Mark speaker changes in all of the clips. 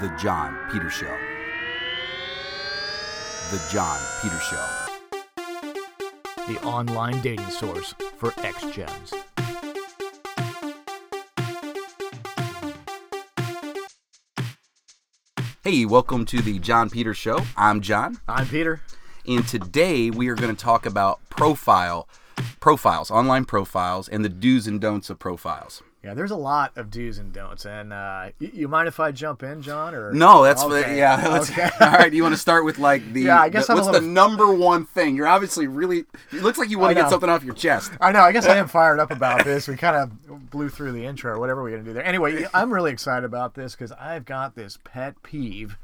Speaker 1: The John Peter Show. The John Peter Show.
Speaker 2: the online dating source for X Gems.
Speaker 1: Hey, welcome to The John Peter Show. I'm John,
Speaker 2: I'm Peter.
Speaker 1: and today we are going to talk about profile profiles, online profiles, and the do's and don'ts of profiles.
Speaker 2: Yeah, there's a lot of do's and don'ts, and uh, you, you mind if I jump in, John? Or
Speaker 1: No, that's what,
Speaker 2: Okay.
Speaker 1: yeah. Let's,
Speaker 2: Okay.
Speaker 1: All right, you want to start with like the
Speaker 2: Yeah, I guess
Speaker 1: the-
Speaker 2: I'm a
Speaker 1: what's the
Speaker 2: little-
Speaker 1: number one thing? You're obviously really. It looks like you want
Speaker 2: I
Speaker 1: to get
Speaker 2: know.
Speaker 1: something off your chest.
Speaker 2: I know. I guess I am fired up about this. We kind of blew through the intro or whatever we're going to do there. Anyway, I'm really excited about this because I've got this pet peeve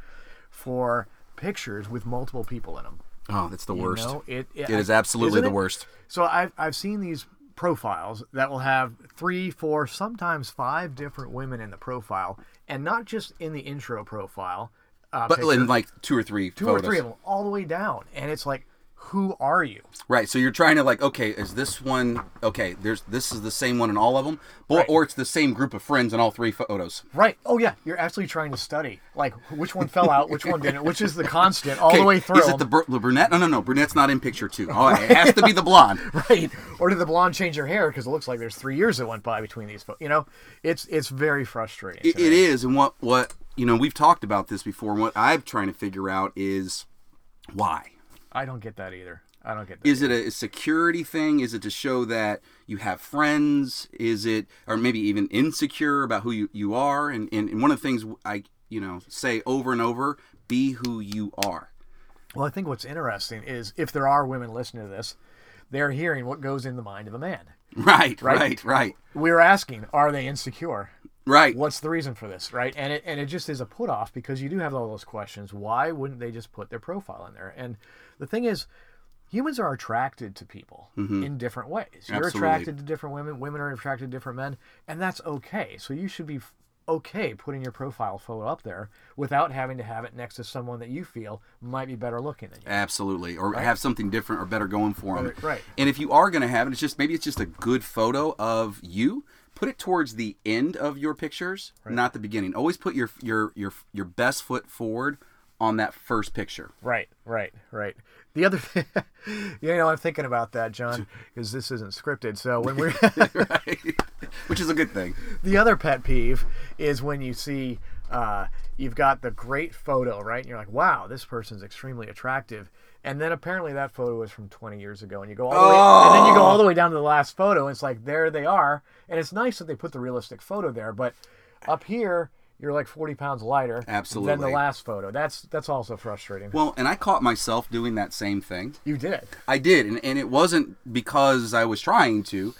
Speaker 2: for pictures with multiple people in them.
Speaker 1: Oh, that's the worst.
Speaker 2: No, it,
Speaker 1: it is absolutely
Speaker 2: isn't
Speaker 1: the
Speaker 2: it?
Speaker 1: worst.
Speaker 2: So I've I've seen these profiles that will have three, four, sometimes five different women in the profile, and not just in the intro profile, uh,
Speaker 1: But
Speaker 2: picture,
Speaker 1: in like two or three
Speaker 2: two or
Speaker 1: photos.
Speaker 2: three of them all the way down, and it's like, who are you?
Speaker 1: Right. So you're trying to like, okay, is this one okay? There's this is the same one in all of them, or,
Speaker 2: Right.
Speaker 1: or it's the same group of friends in all three photos.
Speaker 2: Right. Oh yeah, you're actually trying to study like which one fell out, which one didn't, which is the constant all the
Speaker 1: Okay,
Speaker 2: way through.
Speaker 1: Is it the, br- the brunette? No, no, no. Brunette's not in picture two. Oh, it has to be the blonde.
Speaker 2: right? Or did the blonde change her hair? Because it looks like there's three years that went by between these. Fo- you know, it's it's very frustrating.
Speaker 1: It, it is, and what what you know, we've talked about this before. And what I'm trying to figure out is why.
Speaker 2: I don't get that either. I don't get that.
Speaker 1: Is it a security thing? Is it to show that you have friends? Is it, or maybe even insecure about who you, you are? And, and, and one of the things I, you know, say over and over be who you are.
Speaker 2: Well, I think what's interesting is if there are women listening to this, they're hearing what goes in the mind of a man.
Speaker 1: Right, right, right,
Speaker 2: We're asking, are they insecure?
Speaker 1: right.
Speaker 2: What's the reason for this, right? And it and it just is a put off because you do have all those questions. Why wouldn't they just put their profile in there? And the thing is, humans are attracted to people in different ways. You're
Speaker 1: Absolutely.
Speaker 2: attracted to different women. Women are attracted to different men, and that's okay. So you should be f- okay putting your profile photo up there without having to have it next to someone that you feel might be better looking than you.
Speaker 1: Absolutely, or have something different or better going for them.
Speaker 2: Right, right.
Speaker 1: And if you are going to have it, it's just maybe it's just a good photo of you. Put it towards the end of your pictures, not the beginning. Always put your your your your best foot forward on that first picture.
Speaker 2: Right, right, right. The other, thing, you know, I'm thinking about that, John, because this isn't scripted. So when we're
Speaker 1: right? Which is a good thing.
Speaker 2: the other pet peeve is when you see uh, you've got the great photo, right? And you're like, wow, this person's extremely attractive. And then apparently that photo was from 20 years ago, and you go all the way, and then you go all the way down to the last photo. And it's like there they are, and it's nice that they put the realistic photo there, but up here you're like 40 pounds lighter than the
Speaker 1: Absolutely.
Speaker 2: last photo. That's that's also frustrating.
Speaker 1: Well, and I caught myself doing that same thing.
Speaker 2: you did it.
Speaker 1: I did, and, and it wasn't because I was trying to.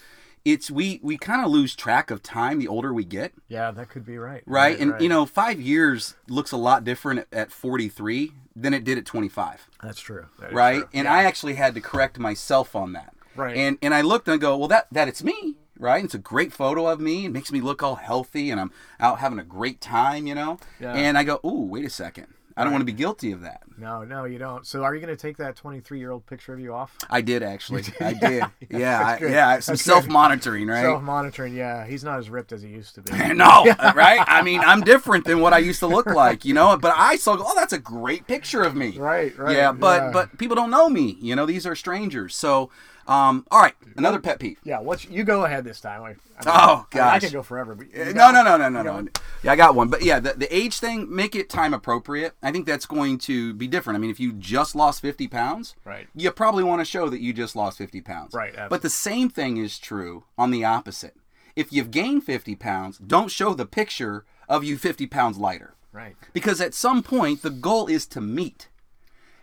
Speaker 1: It's we we kind of lose track of time the older we get.
Speaker 2: Yeah, that could be right.
Speaker 1: right? And you know, five years looks a lot different at- at 43 than it did at 25,
Speaker 2: That's true. That is
Speaker 1: right?
Speaker 2: true.
Speaker 1: And I actually had to correct myself on that.
Speaker 2: Right.
Speaker 1: And and I looked and I go, well, that that it's me, right? it's a great photo of me. It makes me look all healthy, and I'm out having a great time, you know.
Speaker 2: Yeah.
Speaker 1: And I go, ooh, wait a second, I don't want to be guilty of that.
Speaker 2: No, no, you don't. So are you going to take that 23 year old picture of you off?
Speaker 1: I did actually. I did. Yeah. I,
Speaker 2: good.
Speaker 1: yeah. Some
Speaker 2: That's good.
Speaker 1: self monitoring, right?
Speaker 2: Self monitoring. Yeah, he's not as ripped as he used to be.
Speaker 1: No, uh, right? I mean, I'm different than what I used to look like, you know. But I saw, oh, that's a great picture of me,
Speaker 2: Right, right,
Speaker 1: Yeah, but
Speaker 2: yeah.
Speaker 1: but people don't know me, you know. These are strangers. So, um, all right, another pet peeve.
Speaker 2: yeah, what's you go ahead this time? I, I mean,
Speaker 1: Oh
Speaker 2: I, mean, I
Speaker 1: gosh, Uh,
Speaker 2: could go forever. But you
Speaker 1: no,
Speaker 2: got-
Speaker 1: no, no, no, no, no. Yeah, I got one, but yeah, the, the age thing, make it time appropriate. I think that's going to be different. I mean, if you just lost 50 pounds,
Speaker 2: Right.
Speaker 1: you probably want to show that you just lost 50 pounds,
Speaker 2: Right, absolutely.
Speaker 1: But the same thing is true on the opposite. If you've gained 50 pounds, don't show the picture of you 50 pounds lighter
Speaker 2: Right.
Speaker 1: because at some point the goal is to meet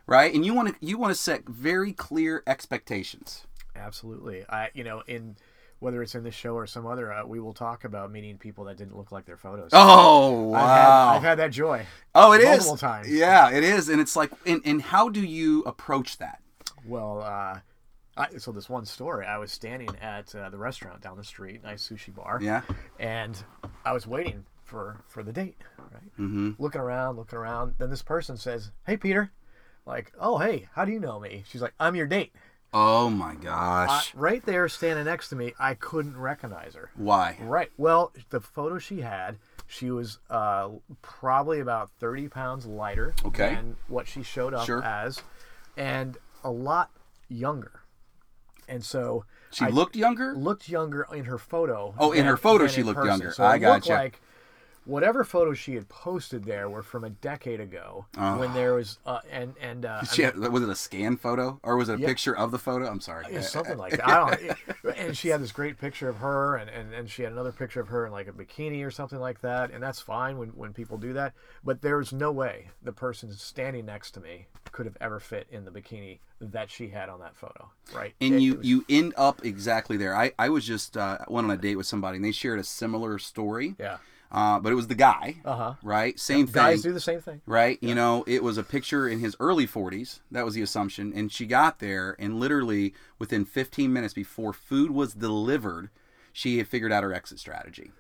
Speaker 1: right and you want to you want to set very clear expectations
Speaker 2: Absolutely. I you know in whether it's in this show or some other, uh, we will talk about meeting people that didn't look like their photos.
Speaker 1: oh
Speaker 2: I've, had, I've had that joy.
Speaker 1: oh it is
Speaker 2: multiple times.
Speaker 1: yeah it is and it's like and, and how do you approach that
Speaker 2: Well, uh, I, so this one story, I was standing at uh, the restaurant down the street, nice sushi bar.
Speaker 1: yeah
Speaker 2: and I was waiting for for the date, right? Mm-hmm. Looking around, looking around. Then this person says, "Hey, Peter," like, "Oh, hey, how do you know me?" She's like, "I'm your date."
Speaker 1: Oh my gosh.
Speaker 2: right there, standing next to me, I couldn't recognize her.
Speaker 1: Why?
Speaker 2: Right. Well, the photo she had, she was uh, probably about 30 pounds lighter
Speaker 1: Okay.
Speaker 2: than what she showed up
Speaker 1: Sure.
Speaker 2: as, and a lot younger. And so
Speaker 1: She
Speaker 2: I
Speaker 1: looked younger?
Speaker 2: looked younger in her photo.
Speaker 1: Oh, in
Speaker 2: than-
Speaker 1: her photo
Speaker 2: than
Speaker 1: she
Speaker 2: in
Speaker 1: looked
Speaker 2: person.
Speaker 1: younger.
Speaker 2: So
Speaker 1: I
Speaker 2: it looked
Speaker 1: gotcha.
Speaker 2: Like whatever photos she had posted there were from a decade ago when there was uh, and and uh,
Speaker 1: She had, was it a scan photo or was it a
Speaker 2: Yeah.
Speaker 1: picture of the photo? I'm sorry.
Speaker 2: Yeah, something like that. I don't. And she had this great picture of her, and, and, and she had another picture of her in like a bikini or something like that. And that's fine when, when people do that. But there's no way the person standing next to me could have ever fit in the bikini that she had on that photo, right? It-
Speaker 1: and you
Speaker 2: it was-
Speaker 1: you end up exactly there. I I was just uh, went on a date with somebody and they shared a similar story.
Speaker 2: yeah,
Speaker 1: Uh, but it was the guy. Uh
Speaker 2: Uh-huh.
Speaker 1: Right. Same thing.
Speaker 2: guys do the same thing.
Speaker 1: right? You know, it was a picture in his early 40s. That was the assumption. And she got there, and literally within 15 minutes before food was delivered, she had figured out her exit strategy.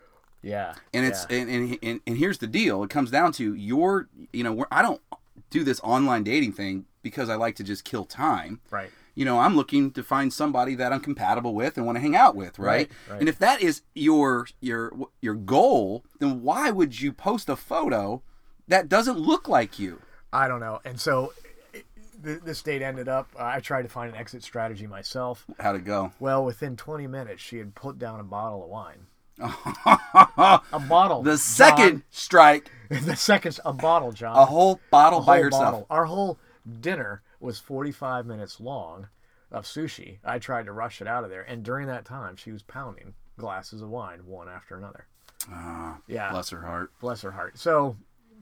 Speaker 2: Yeah,
Speaker 1: And it's
Speaker 2: yeah.
Speaker 1: and, and and and here's the deal. It comes down to your, you know, we're- I don't do this online dating thing because I like to just kill time
Speaker 2: right.
Speaker 1: you know, I'm looking to find somebody that I'm compatible with and want to hang out with, right?
Speaker 2: Right, right.
Speaker 1: And if that is your your your goal, then why would you post a photo that doesn't look like you?
Speaker 2: I don't know. And so it, th- this date ended up. Uh, I tried to find an exit strategy myself.
Speaker 1: How'd it go?
Speaker 2: Well, within 20 minutes, she had put down a bottle of wine.
Speaker 1: the
Speaker 2: A bottle. John.
Speaker 1: second strike,
Speaker 2: the second a bottle, John.
Speaker 1: a whole bottle by
Speaker 2: whole
Speaker 1: herself.
Speaker 2: bottle. Our whole dinner was 45 minutes long of sushi. I tried to rush it out of there, and during that time, she was pounding glasses of wine one after another. yeah, bless.
Speaker 1: Ah, Bless her heart.
Speaker 2: her heart. So,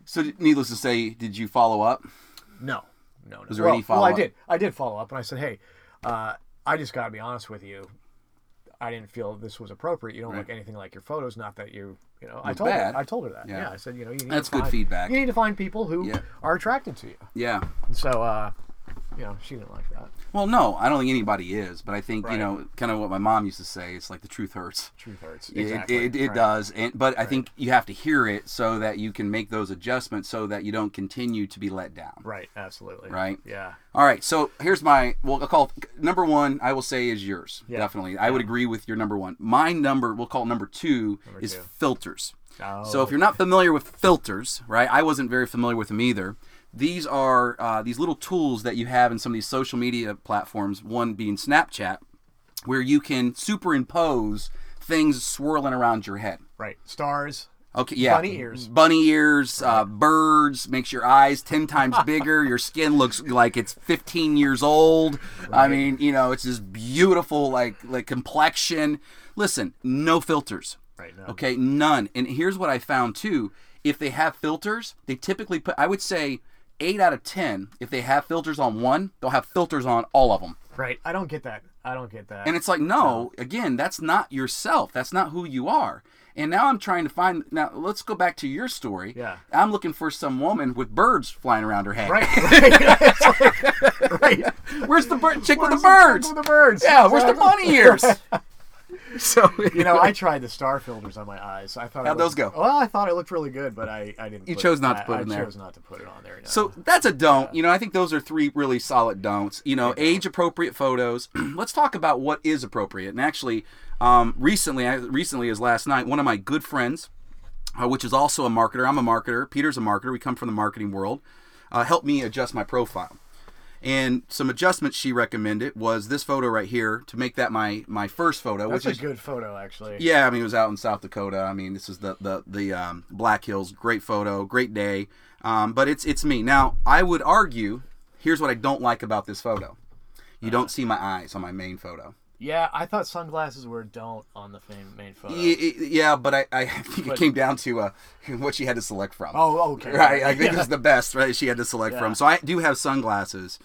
Speaker 1: So, needless to say, did you follow up?
Speaker 2: no, no, no.
Speaker 1: there
Speaker 2: well,
Speaker 1: any
Speaker 2: well, I
Speaker 1: follow-up?
Speaker 2: did. I did follow up, and I said, "Hey, uh, I just got to be honest with you. I didn't feel this was appropriate. You don't look anything like your photos. Not that you, you know, I told
Speaker 1: bad.
Speaker 2: her. I told her that.
Speaker 1: Yeah.
Speaker 2: Yeah, I said, you know, you need
Speaker 1: That's
Speaker 2: to
Speaker 1: good
Speaker 2: find-
Speaker 1: feedback.
Speaker 2: You need to find people who
Speaker 1: Yeah.
Speaker 2: are attracted to you.
Speaker 1: Yeah.
Speaker 2: And so, uh, you know, she didn't like that.
Speaker 1: Well, no, I don't think anybody is, but I think you
Speaker 2: Right.
Speaker 1: know, kind of what my mom used to say. It's like the truth hurts.
Speaker 2: truth hurts.
Speaker 1: It- It, it,
Speaker 2: Right.
Speaker 1: does, and but I think you have to hear it so that you can make those adjustments so that you don't continue to be let down.
Speaker 2: Right. Absolutely.
Speaker 1: Right.
Speaker 2: Yeah.
Speaker 1: All right, so here's my well, I'll call number one. I will say is yours,
Speaker 2: Yeah.
Speaker 1: definitely. I would agree with your number one. My number, we'll call number two, is
Speaker 2: two.
Speaker 1: filters.
Speaker 2: Oh.
Speaker 1: So if you're not familiar with filters, right? I wasn't very familiar with them either. These are uh, these little tools that you have in some of these social media platforms. One being Snapchat, where you can superimpose things swirling around your head.
Speaker 2: right. Stars.
Speaker 1: Okay, yeah.
Speaker 2: Bunny ears.
Speaker 1: Bunny ears, uh, birds, makes your eyes 10 times bigger. your skin looks like it's 15 years old. I mean, you know, it's this beautiful, like, like complexion. Listen, no filters.
Speaker 2: Right. No.
Speaker 1: Okay, none. And here's what I found too. If they have filters, they typically put, I would say, 8 out of 10, if they have filters on one, they'll have filters on all of them.
Speaker 2: Right. I don't get that. I don't get that.
Speaker 1: And it's like, no, again, that's not yourself. That's not who you are. And now I'm trying to find. Now let's go back to your story.
Speaker 2: Yeah.
Speaker 1: I'm looking for some woman with birds flying around her head.
Speaker 2: right. Right. It's like- right.
Speaker 1: Where's the bird chick with
Speaker 2: Where's
Speaker 1: the birds?
Speaker 2: chick with the birds.
Speaker 1: yeah. Where's the
Speaker 2: Exactly.
Speaker 1: bunny ears? so
Speaker 2: You know, I tried the star filters on my eyes. I thought I
Speaker 1: How'd those
Speaker 2: looked-
Speaker 1: go?
Speaker 2: Well, I thought it looked really good, but I, I didn't.
Speaker 1: You
Speaker 2: put-
Speaker 1: chose not to
Speaker 2: I-
Speaker 1: put
Speaker 2: I
Speaker 1: it in there.
Speaker 2: chose not to put it on there. no.
Speaker 1: So that's a don't. You know, I think those are three really solid don'ts. You know, age appropriate photos. Let's talk about what is appropriate. And actually, um, recently, I- recently as last night, one of my good friends, uh, which is also a marketer, I'm a marketer. Peter's a marketer. We come from the marketing world. Uh, helped me adjust my profile. And some adjustments she recommended was this photo right here to make that my my first photo, which
Speaker 2: that's a
Speaker 1: is
Speaker 2: good photo, actually.
Speaker 1: yeah, I mean, it was out in South Dakota. I mean, this is the the the um, Black Hills. Great photo, great day. Um, but it's it's me now. I would argue. Here's what I don't like about this photo. You don't see my eyes on my main photo.
Speaker 2: Yeah, I thought sunglasses were don't on the fam- main photo.
Speaker 1: Y- y- Yeah, but I, I think it came down to uh, what she had to select from.
Speaker 2: Oh, okay.
Speaker 1: Right, I think it's the best right she had to select from. So I do have sunglasses,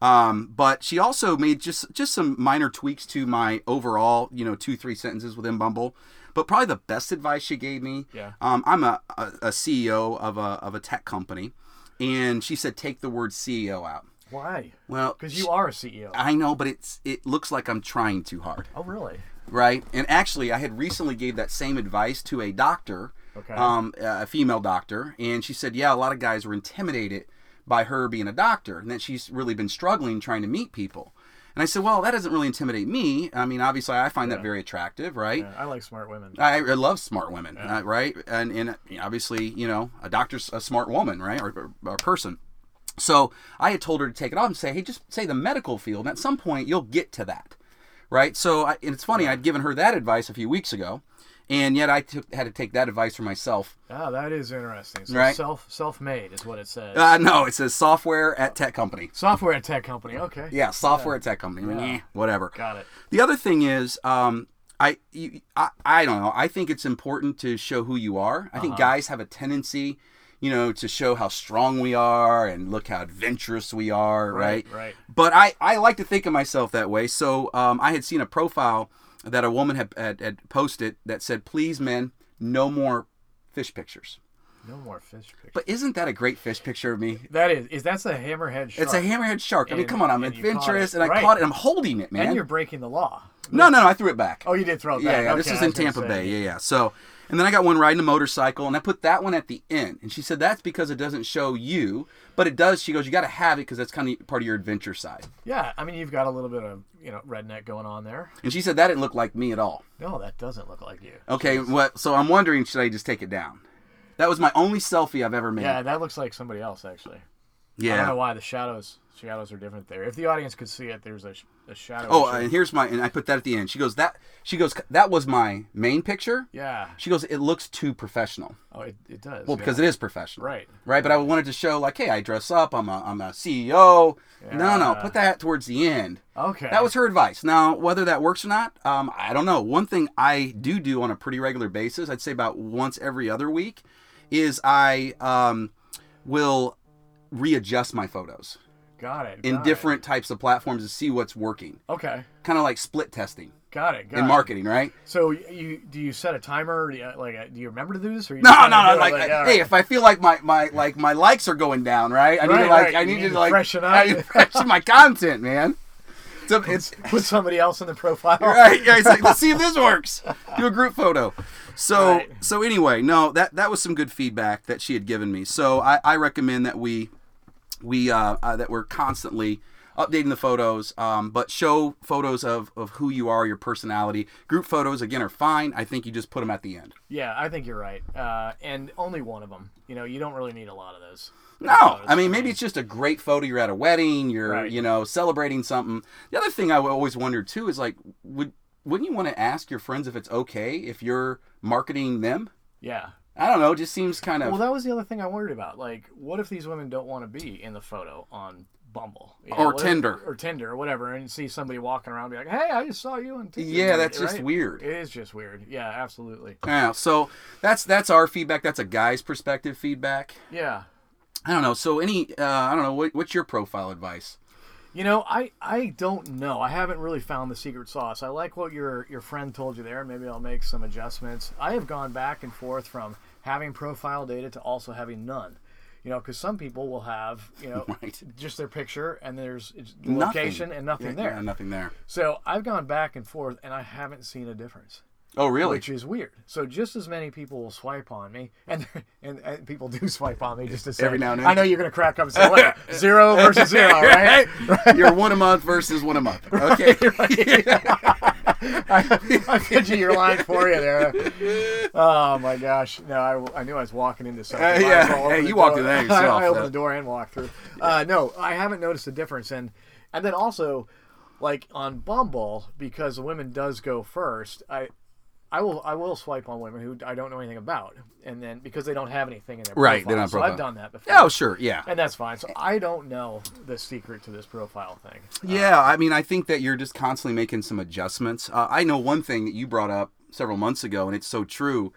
Speaker 1: um, but she also made just just some minor tweaks to my overall, you know, two three sentences within Bumble. But probably the best advice she gave me.
Speaker 2: Yeah.
Speaker 1: Um, I'm a, a, a CEO of a of a tech company, and she said take the word CEO out.
Speaker 2: Why?
Speaker 1: Well,
Speaker 2: Because
Speaker 1: she-
Speaker 2: you are a CEO.
Speaker 1: I know, but it's it looks like I'm trying too hard
Speaker 2: oh, really?
Speaker 1: right? And actually, I had recently gave that same advice to a doctor,
Speaker 2: Okay.
Speaker 1: um, a female doctor, and she said, yeah, a lot of guys were intimidated by her being a doctor, and that she's really been struggling trying to meet people. And I said, well, that doesn't really intimidate me. I mean, obviously, I find that very attractive, right?
Speaker 2: Yeah, I like smart women.
Speaker 1: I, I love smart women, uh, right? And and uh, obviously, you know, a doctor's a smart woman, right, or, or, or a person. So I had told her to take it off and say, hey, just say the medical field, and at some point you'll get to that, right? So I, and it's funny, I'd given her that advice a few weeks ago, and yet I took, had to take that advice for myself.
Speaker 2: Ah, that is interesting. So
Speaker 1: Right.
Speaker 2: self self made is what it says.
Speaker 1: Uh, no, it says software at tech company.
Speaker 2: Software and tech company. Okay.
Speaker 1: Yeah, software at tech company. Meh, whatever.
Speaker 2: Got it.
Speaker 1: The other thing is, um, I, you, I I don't know. I think it's important to show who you are. I
Speaker 2: Uh-huh.
Speaker 1: think guys have a tendency, you know, to show how strong we are and look how adventurous we are, right?
Speaker 2: right.
Speaker 1: But I I like to think of myself that way. So um, I had seen a profile that a woman had, had, had posted that said, "Please, men, no more fish pictures."
Speaker 2: No more fish pictures.
Speaker 1: But isn't that a great fish picture of me?
Speaker 2: that is is that's a hammerhead shark.
Speaker 1: It's a hammerhead shark. I mean,
Speaker 2: And-
Speaker 1: come on, I'm
Speaker 2: and you caught
Speaker 1: adventurous,
Speaker 2: it.
Speaker 1: and I
Speaker 2: Right.
Speaker 1: caught it. I'm holding it, man.
Speaker 2: and you're breaking the law.
Speaker 1: No, no, no, I threw it back.
Speaker 2: Oh, you did throw it
Speaker 1: yeah,
Speaker 2: back.
Speaker 1: yeah. this
Speaker 2: Okay,
Speaker 1: is
Speaker 2: I
Speaker 1: in
Speaker 2: was gonna
Speaker 1: Tampa
Speaker 2: say.
Speaker 1: Bay. Yeah, yeah. So, and then I got one riding a motorcycle, and I put that one at the end. And she said that's because it doesn't show you, but it does. She goes, you got to have it because that's kind of part of your adventure side.
Speaker 2: Yeah, I mean you've got a little bit of you know redneck going on there.
Speaker 1: And she said that didn't look like me at all.
Speaker 2: No, that doesn't look like you.
Speaker 1: Okay, what? So I'm wondering, should I just take it down? That was my only selfie I've ever made.
Speaker 2: Yeah, that looks like somebody else actually. I don't know
Speaker 1: Yeah.
Speaker 2: why the shadows shadows are different there. If the audience could see it, there's a, sh- a shadow.
Speaker 1: Oh,
Speaker 2: shape.
Speaker 1: and here's my, and I put that at the end. She goes, that. She goes, that was my main picture.
Speaker 2: yeah.
Speaker 1: She goes, it looks too professional.
Speaker 2: Oh, it, it does.
Speaker 1: Well,
Speaker 2: yeah.
Speaker 1: because it is professional.
Speaker 2: right.
Speaker 1: right? But I wanted to show like, hey, I dress up. I'm a I'm a CEO. No, no,
Speaker 2: Yeah.
Speaker 1: put that towards the end.
Speaker 2: Okay.
Speaker 1: That was her advice. Now, whether that works or not, um, I don't know. One thing I do do on a pretty regular basis, I'd say about once every other week, is I um, will readjust my photos
Speaker 2: got it.
Speaker 1: in
Speaker 2: got it.
Speaker 1: different types of platforms to see what's working.
Speaker 2: Okay.
Speaker 1: Kind of like split testing
Speaker 2: Got it. Got
Speaker 1: in
Speaker 2: it.
Speaker 1: marketing, right?
Speaker 2: So you do you set a timer? Do you- Like, uh, do you remember to do this? Or you
Speaker 1: No,
Speaker 2: kinda
Speaker 1: no,
Speaker 2: do
Speaker 1: no.
Speaker 2: it
Speaker 1: Like,
Speaker 2: all
Speaker 1: hey,
Speaker 2: right.
Speaker 1: if I feel like my, my like my likes are going down, right? I need to
Speaker 2: Right,
Speaker 1: like
Speaker 2: right.
Speaker 1: I
Speaker 2: You
Speaker 1: need,
Speaker 2: need
Speaker 1: to,
Speaker 2: to
Speaker 1: like
Speaker 2: freshen
Speaker 1: I
Speaker 2: up.
Speaker 1: need to freshen my content, man. So it's
Speaker 2: put somebody else in the profile.
Speaker 1: right. Yeah, it's like let's see if this works. Do a group photo. So
Speaker 2: Right.
Speaker 1: so anyway, no, that that was some good feedback that she had given me. So I, I recommend that we we uh, uh, that we're constantly updating the photos, um, but show photos of of who you are, your personality. Group photos again are fine. I think you just put them at the end.
Speaker 2: Yeah, I think you're right. Uh, and only one of them. You know, you don't really need a lot of those.
Speaker 1: No, I mean maybe it's just a great photo. You're at a wedding. You're
Speaker 2: Right.
Speaker 1: you know celebrating something. The other thing I always wondered too is like would wouldn't you want to ask your friends if it's okay if you're marketing them?
Speaker 2: Yeah.
Speaker 1: I don't know. It just seems kind of
Speaker 2: Well, that was the other thing I worried about. Like, what if these women don't want to be in the photo on Bumble You know,
Speaker 1: Or
Speaker 2: what if-
Speaker 1: Tinder.
Speaker 2: or Tinder or whatever, and see somebody walking around, be like, "Hey, I just saw you on Tinder."
Speaker 1: yeah. That's just
Speaker 2: Right?
Speaker 1: weird.
Speaker 2: It is just weird. Yeah, absolutely.
Speaker 1: Yeah. So that's that's our feedback. That's a guy's perspective feedback.
Speaker 2: Yeah.
Speaker 1: I don't know. So any uh, I don't know. What, what's your profile advice?
Speaker 2: You know, I, I don't know. I haven't really found the secret sauce. I like what your your friend told you there. Maybe I'll make some adjustments. I have gone back and forth from having profile data to also having none. You know, because some people will have you know
Speaker 1: Right.
Speaker 2: just their picture and there's it's the
Speaker 1: Nothing.
Speaker 2: location and nothing
Speaker 1: Yeah,
Speaker 2: there.
Speaker 1: yeah, nothing there.
Speaker 2: So I've gone back and forth and I haven't seen a difference,
Speaker 1: Oh really?
Speaker 2: which is weird. So just as many people will swipe on me, and and, and people do swipe on me just to say
Speaker 1: Every now and then.
Speaker 2: I know you're gonna crack up and say what zero versus zero, right?
Speaker 1: You're one a month versus one a month. Okay.
Speaker 2: I fidget your line for you there. Oh my gosh! No, I, I knew I was walking into something.
Speaker 1: Uh,
Speaker 2: Might as
Speaker 1: yeah.
Speaker 2: well open
Speaker 1: Hey,
Speaker 2: the
Speaker 1: you walked in
Speaker 2: door.
Speaker 1: there yourself,
Speaker 2: I, I opened
Speaker 1: though.
Speaker 2: the door and walked through. Uh, no, I haven't noticed a difference, and and then also, like on Bumble, because the women does go first. I. I will I will swipe on women who I don't know anything about, and then because they don't have anything in their
Speaker 1: Right, they
Speaker 2: profile.
Speaker 1: don't have
Speaker 2: so
Speaker 1: profile.
Speaker 2: I've done that before,
Speaker 1: oh sure. Yeah.
Speaker 2: and that's fine. So I don't know the secret to this profile thing.
Speaker 1: Yeah, I mean, I think that you're just constantly making some adjustments. Uh, I know one thing that you brought up several months ago, and it's so true.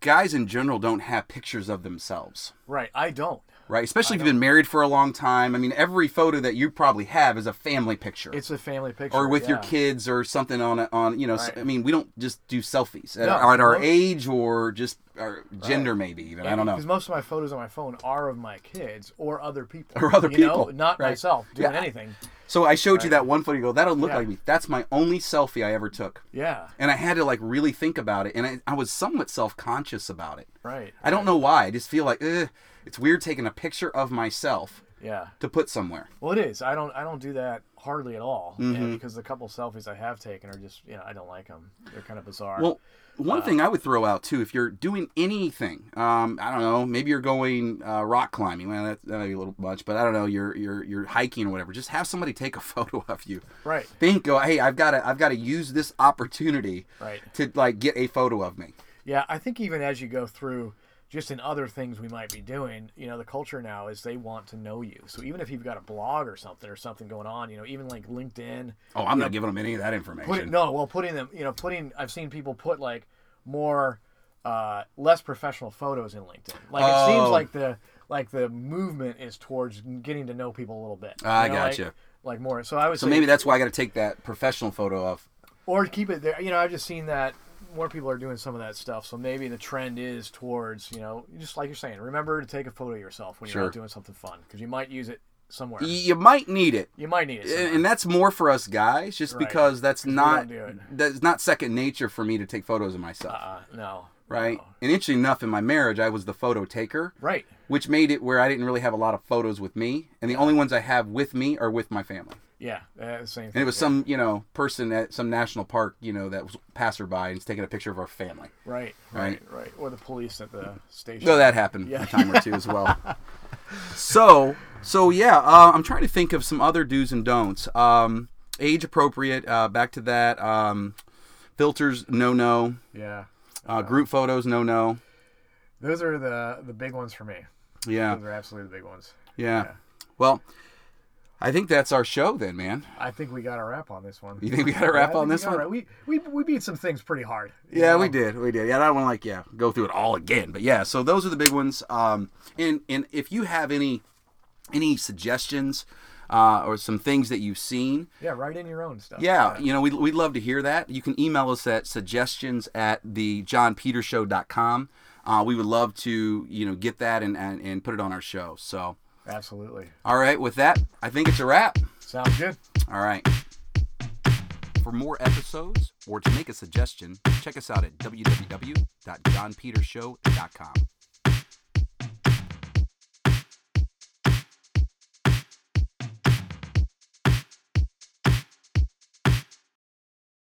Speaker 1: Guys in general don't have pictures of themselves,
Speaker 2: Right, I don't.
Speaker 1: right? Especially if you've been married for a long time. I mean, every photo that you probably have is a family picture,
Speaker 2: It's a family picture,
Speaker 1: or with your
Speaker 2: yeah.
Speaker 1: kids, or something on a, on you know. s I
Speaker 2: Right.
Speaker 1: I mean, we don't just do selfies at,
Speaker 2: No,
Speaker 1: at our
Speaker 2: no.
Speaker 1: age or just our gender, maybe even. I don't know.
Speaker 2: Because most of my photos on my phone are of my kids or other people.
Speaker 1: Or other
Speaker 2: you
Speaker 1: people,
Speaker 2: Know? Not
Speaker 1: right.
Speaker 2: myself doing
Speaker 1: Yeah.
Speaker 2: anything.
Speaker 1: So I showed you that one photo. You go, that'll look
Speaker 2: Yeah.
Speaker 1: like me. That's my only selfie I ever took.
Speaker 2: Yeah.
Speaker 1: and I had to like really think about it, and I, I was somewhat self conscious about it.
Speaker 2: Right.
Speaker 1: I don't know why. I just feel like eh, it's weird taking a picture of myself
Speaker 2: Yeah.
Speaker 1: to put somewhere.
Speaker 2: Well, it is. I don't. I don't do that hardly at all yeah,
Speaker 1: Mm-hmm.
Speaker 2: because the couple selfies I have taken are just. You know, I don't like them. They're kind of bizarre.
Speaker 1: Well, one
Speaker 2: Uh.
Speaker 1: thing I would throw out too, if you're doing anything, um, I don't know, maybe you're going uh, rock climbing. Well, that, that might be a little much, but I don't know. You're you're you're hiking or whatever. Just have somebody take a photo of you.
Speaker 2: right.
Speaker 1: Think, go, hey, I've got to I've got to use this opportunity
Speaker 2: Right.
Speaker 1: to like get a photo of me.
Speaker 2: Yeah, I think even as you go through, just in other things we might be doing, you know, the culture now is they want to know you. So even if you've got a blog or something or something going on, you know, even like LinkedIn,
Speaker 1: Oh, I'm not giving them any of that
Speaker 2: put
Speaker 1: information.
Speaker 2: it, no, well, putting them, you know, putting. I've seen people put like more, uh, less professional photos in LinkedIn. Like it
Speaker 1: Oh.
Speaker 2: seems like the like the movement is towards getting to know people a little bit.
Speaker 1: Ah, I
Speaker 2: you know, like-
Speaker 1: gotcha.
Speaker 2: Like more, so I would
Speaker 1: So
Speaker 2: say
Speaker 1: maybe that's why I got to take that professional photo of.
Speaker 2: or keep it there. You know, I've just seen that more people are doing some of that stuff. So maybe the trend is towards you know, just like you're saying, remember to take a photo of yourself when
Speaker 1: Sure.
Speaker 2: you're out doing something fun because you might use it somewhere.
Speaker 1: Y- You might need it.
Speaker 2: you might need it. Somewhere.
Speaker 1: and and that's more for us guys just
Speaker 2: Right.
Speaker 1: because that's not
Speaker 2: don't do it.
Speaker 1: that's not second nature for me to take photos of myself
Speaker 2: uh, no.
Speaker 1: right
Speaker 2: oh.
Speaker 1: and interesting enough in my marriage i was the photo taker
Speaker 2: Right.
Speaker 1: which made it where i didn't really have a lot of photos with me and the only ones i have with me are with my family
Speaker 2: Yeah. Uh, same.
Speaker 1: and
Speaker 2: Thing.
Speaker 1: it was some you know person at some national park you know that was passerby and was taking a picture of our family
Speaker 2: Right. Right. Right. Or the police at the station.
Speaker 1: No, that happened a time or two as well. so, so yeah, uh, I'm trying to think of some other do's and don'ts. Um, age appropriate. Uh, back to that. Um, filters, no, no.
Speaker 2: Yeah.
Speaker 1: Uh, group photos, no, no.
Speaker 2: Those are the the big ones for me.
Speaker 1: Yeah,
Speaker 2: Those are absolutely the big ones.
Speaker 1: yeah. Well, I think that's our show then, man.
Speaker 2: I think we got a wrap on this one.
Speaker 1: You think we got a
Speaker 2: Yeah, I
Speaker 1: wrap
Speaker 2: think
Speaker 1: on
Speaker 2: we
Speaker 1: this
Speaker 2: got a
Speaker 1: one?
Speaker 2: wrap. We, we we beat some things pretty hard. you
Speaker 1: Yeah,
Speaker 2: know?
Speaker 1: we did. We did. Yeah, I don't want to like yeah go through it all again, but yeah. So those are the big ones. Um, and and if you have any any suggestions uh, or some things that you've seen,
Speaker 2: Yeah, write in your own stuff.
Speaker 1: Yeah, you know, we'd, we'd love to hear that. You can email us at suggestions at the johnpetershow.com. Uh, we would love to, you know, get that and, and, and put it on our show. So,
Speaker 2: Absolutely.
Speaker 1: all right, with that, I think it's a wrap.
Speaker 2: Sounds good.
Speaker 1: All right. For more episodes or to make a suggestion, check us out at www.johnpetershow.com.